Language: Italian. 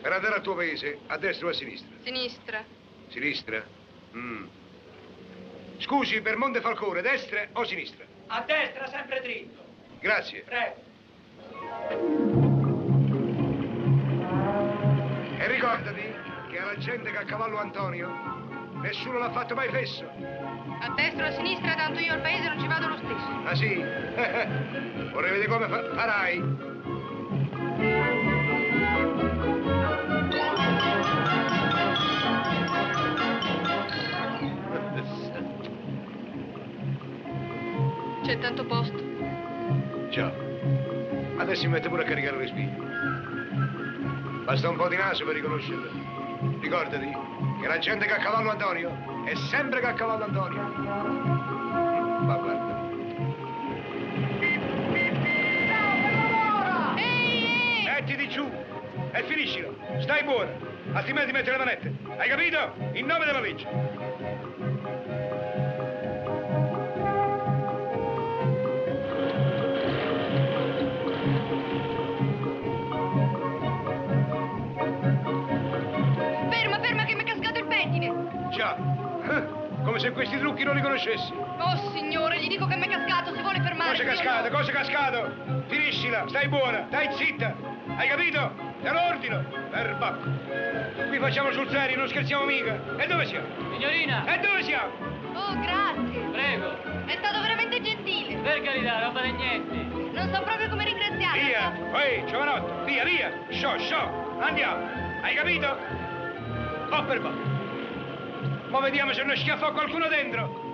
Per andare al tuo paese, a destra o a sinistra? Sinistra. Sinistra? Mm. Scusi, per Montefalcone, destra o sinistra? A destra, sempre dritto. Grazie. Prego. E ricordati che alla gente che ha a cavallo Antonio nessuno l'ha fatto mai fesso. A destra o a sinistra, tanto io al paese non ci vado lo stesso. Ah sì? Vorrei vedere come fa- farai. C'è tanto posto. Già. Adesso mi metto pure a caricare le spine. Basta un po' di naso per riconoscerla. Ricordati che la gente che ha a cavallo Antonio è sempre che ha a cavallo Antonio. Ma guarda. Ehi, ehi! Mettiti giù e finiscilo. Stai buono, altrimenti metti le manette. Hai capito? In nome della legge. Ferma, ferma, che mi è cascato il pettine! Già. Eh, Come se questi trucchi non li conoscessi. Oh, signore, gli dico che mi è cascato, si vuole fermare. Cosa è io no. cascato, cosa è cascato? Finiscila, stai buona, stai zitta. Hai capito? Te lo ordino. Perbacco. Qui facciamo sul serio, non scherziamo mica. E dove siamo? Signorina, E dove siamo? Oh, grazie. prego. È stato veramente gentile. Per carità, roba da niente. Non so proprio come ringraziarlo. Via. no? Ehi, giovanotto, via, via. Sciò, sciò. Andiamo. Hai capito? Po per po'. Ma vediamo se non schiaffo qualcuno dentro.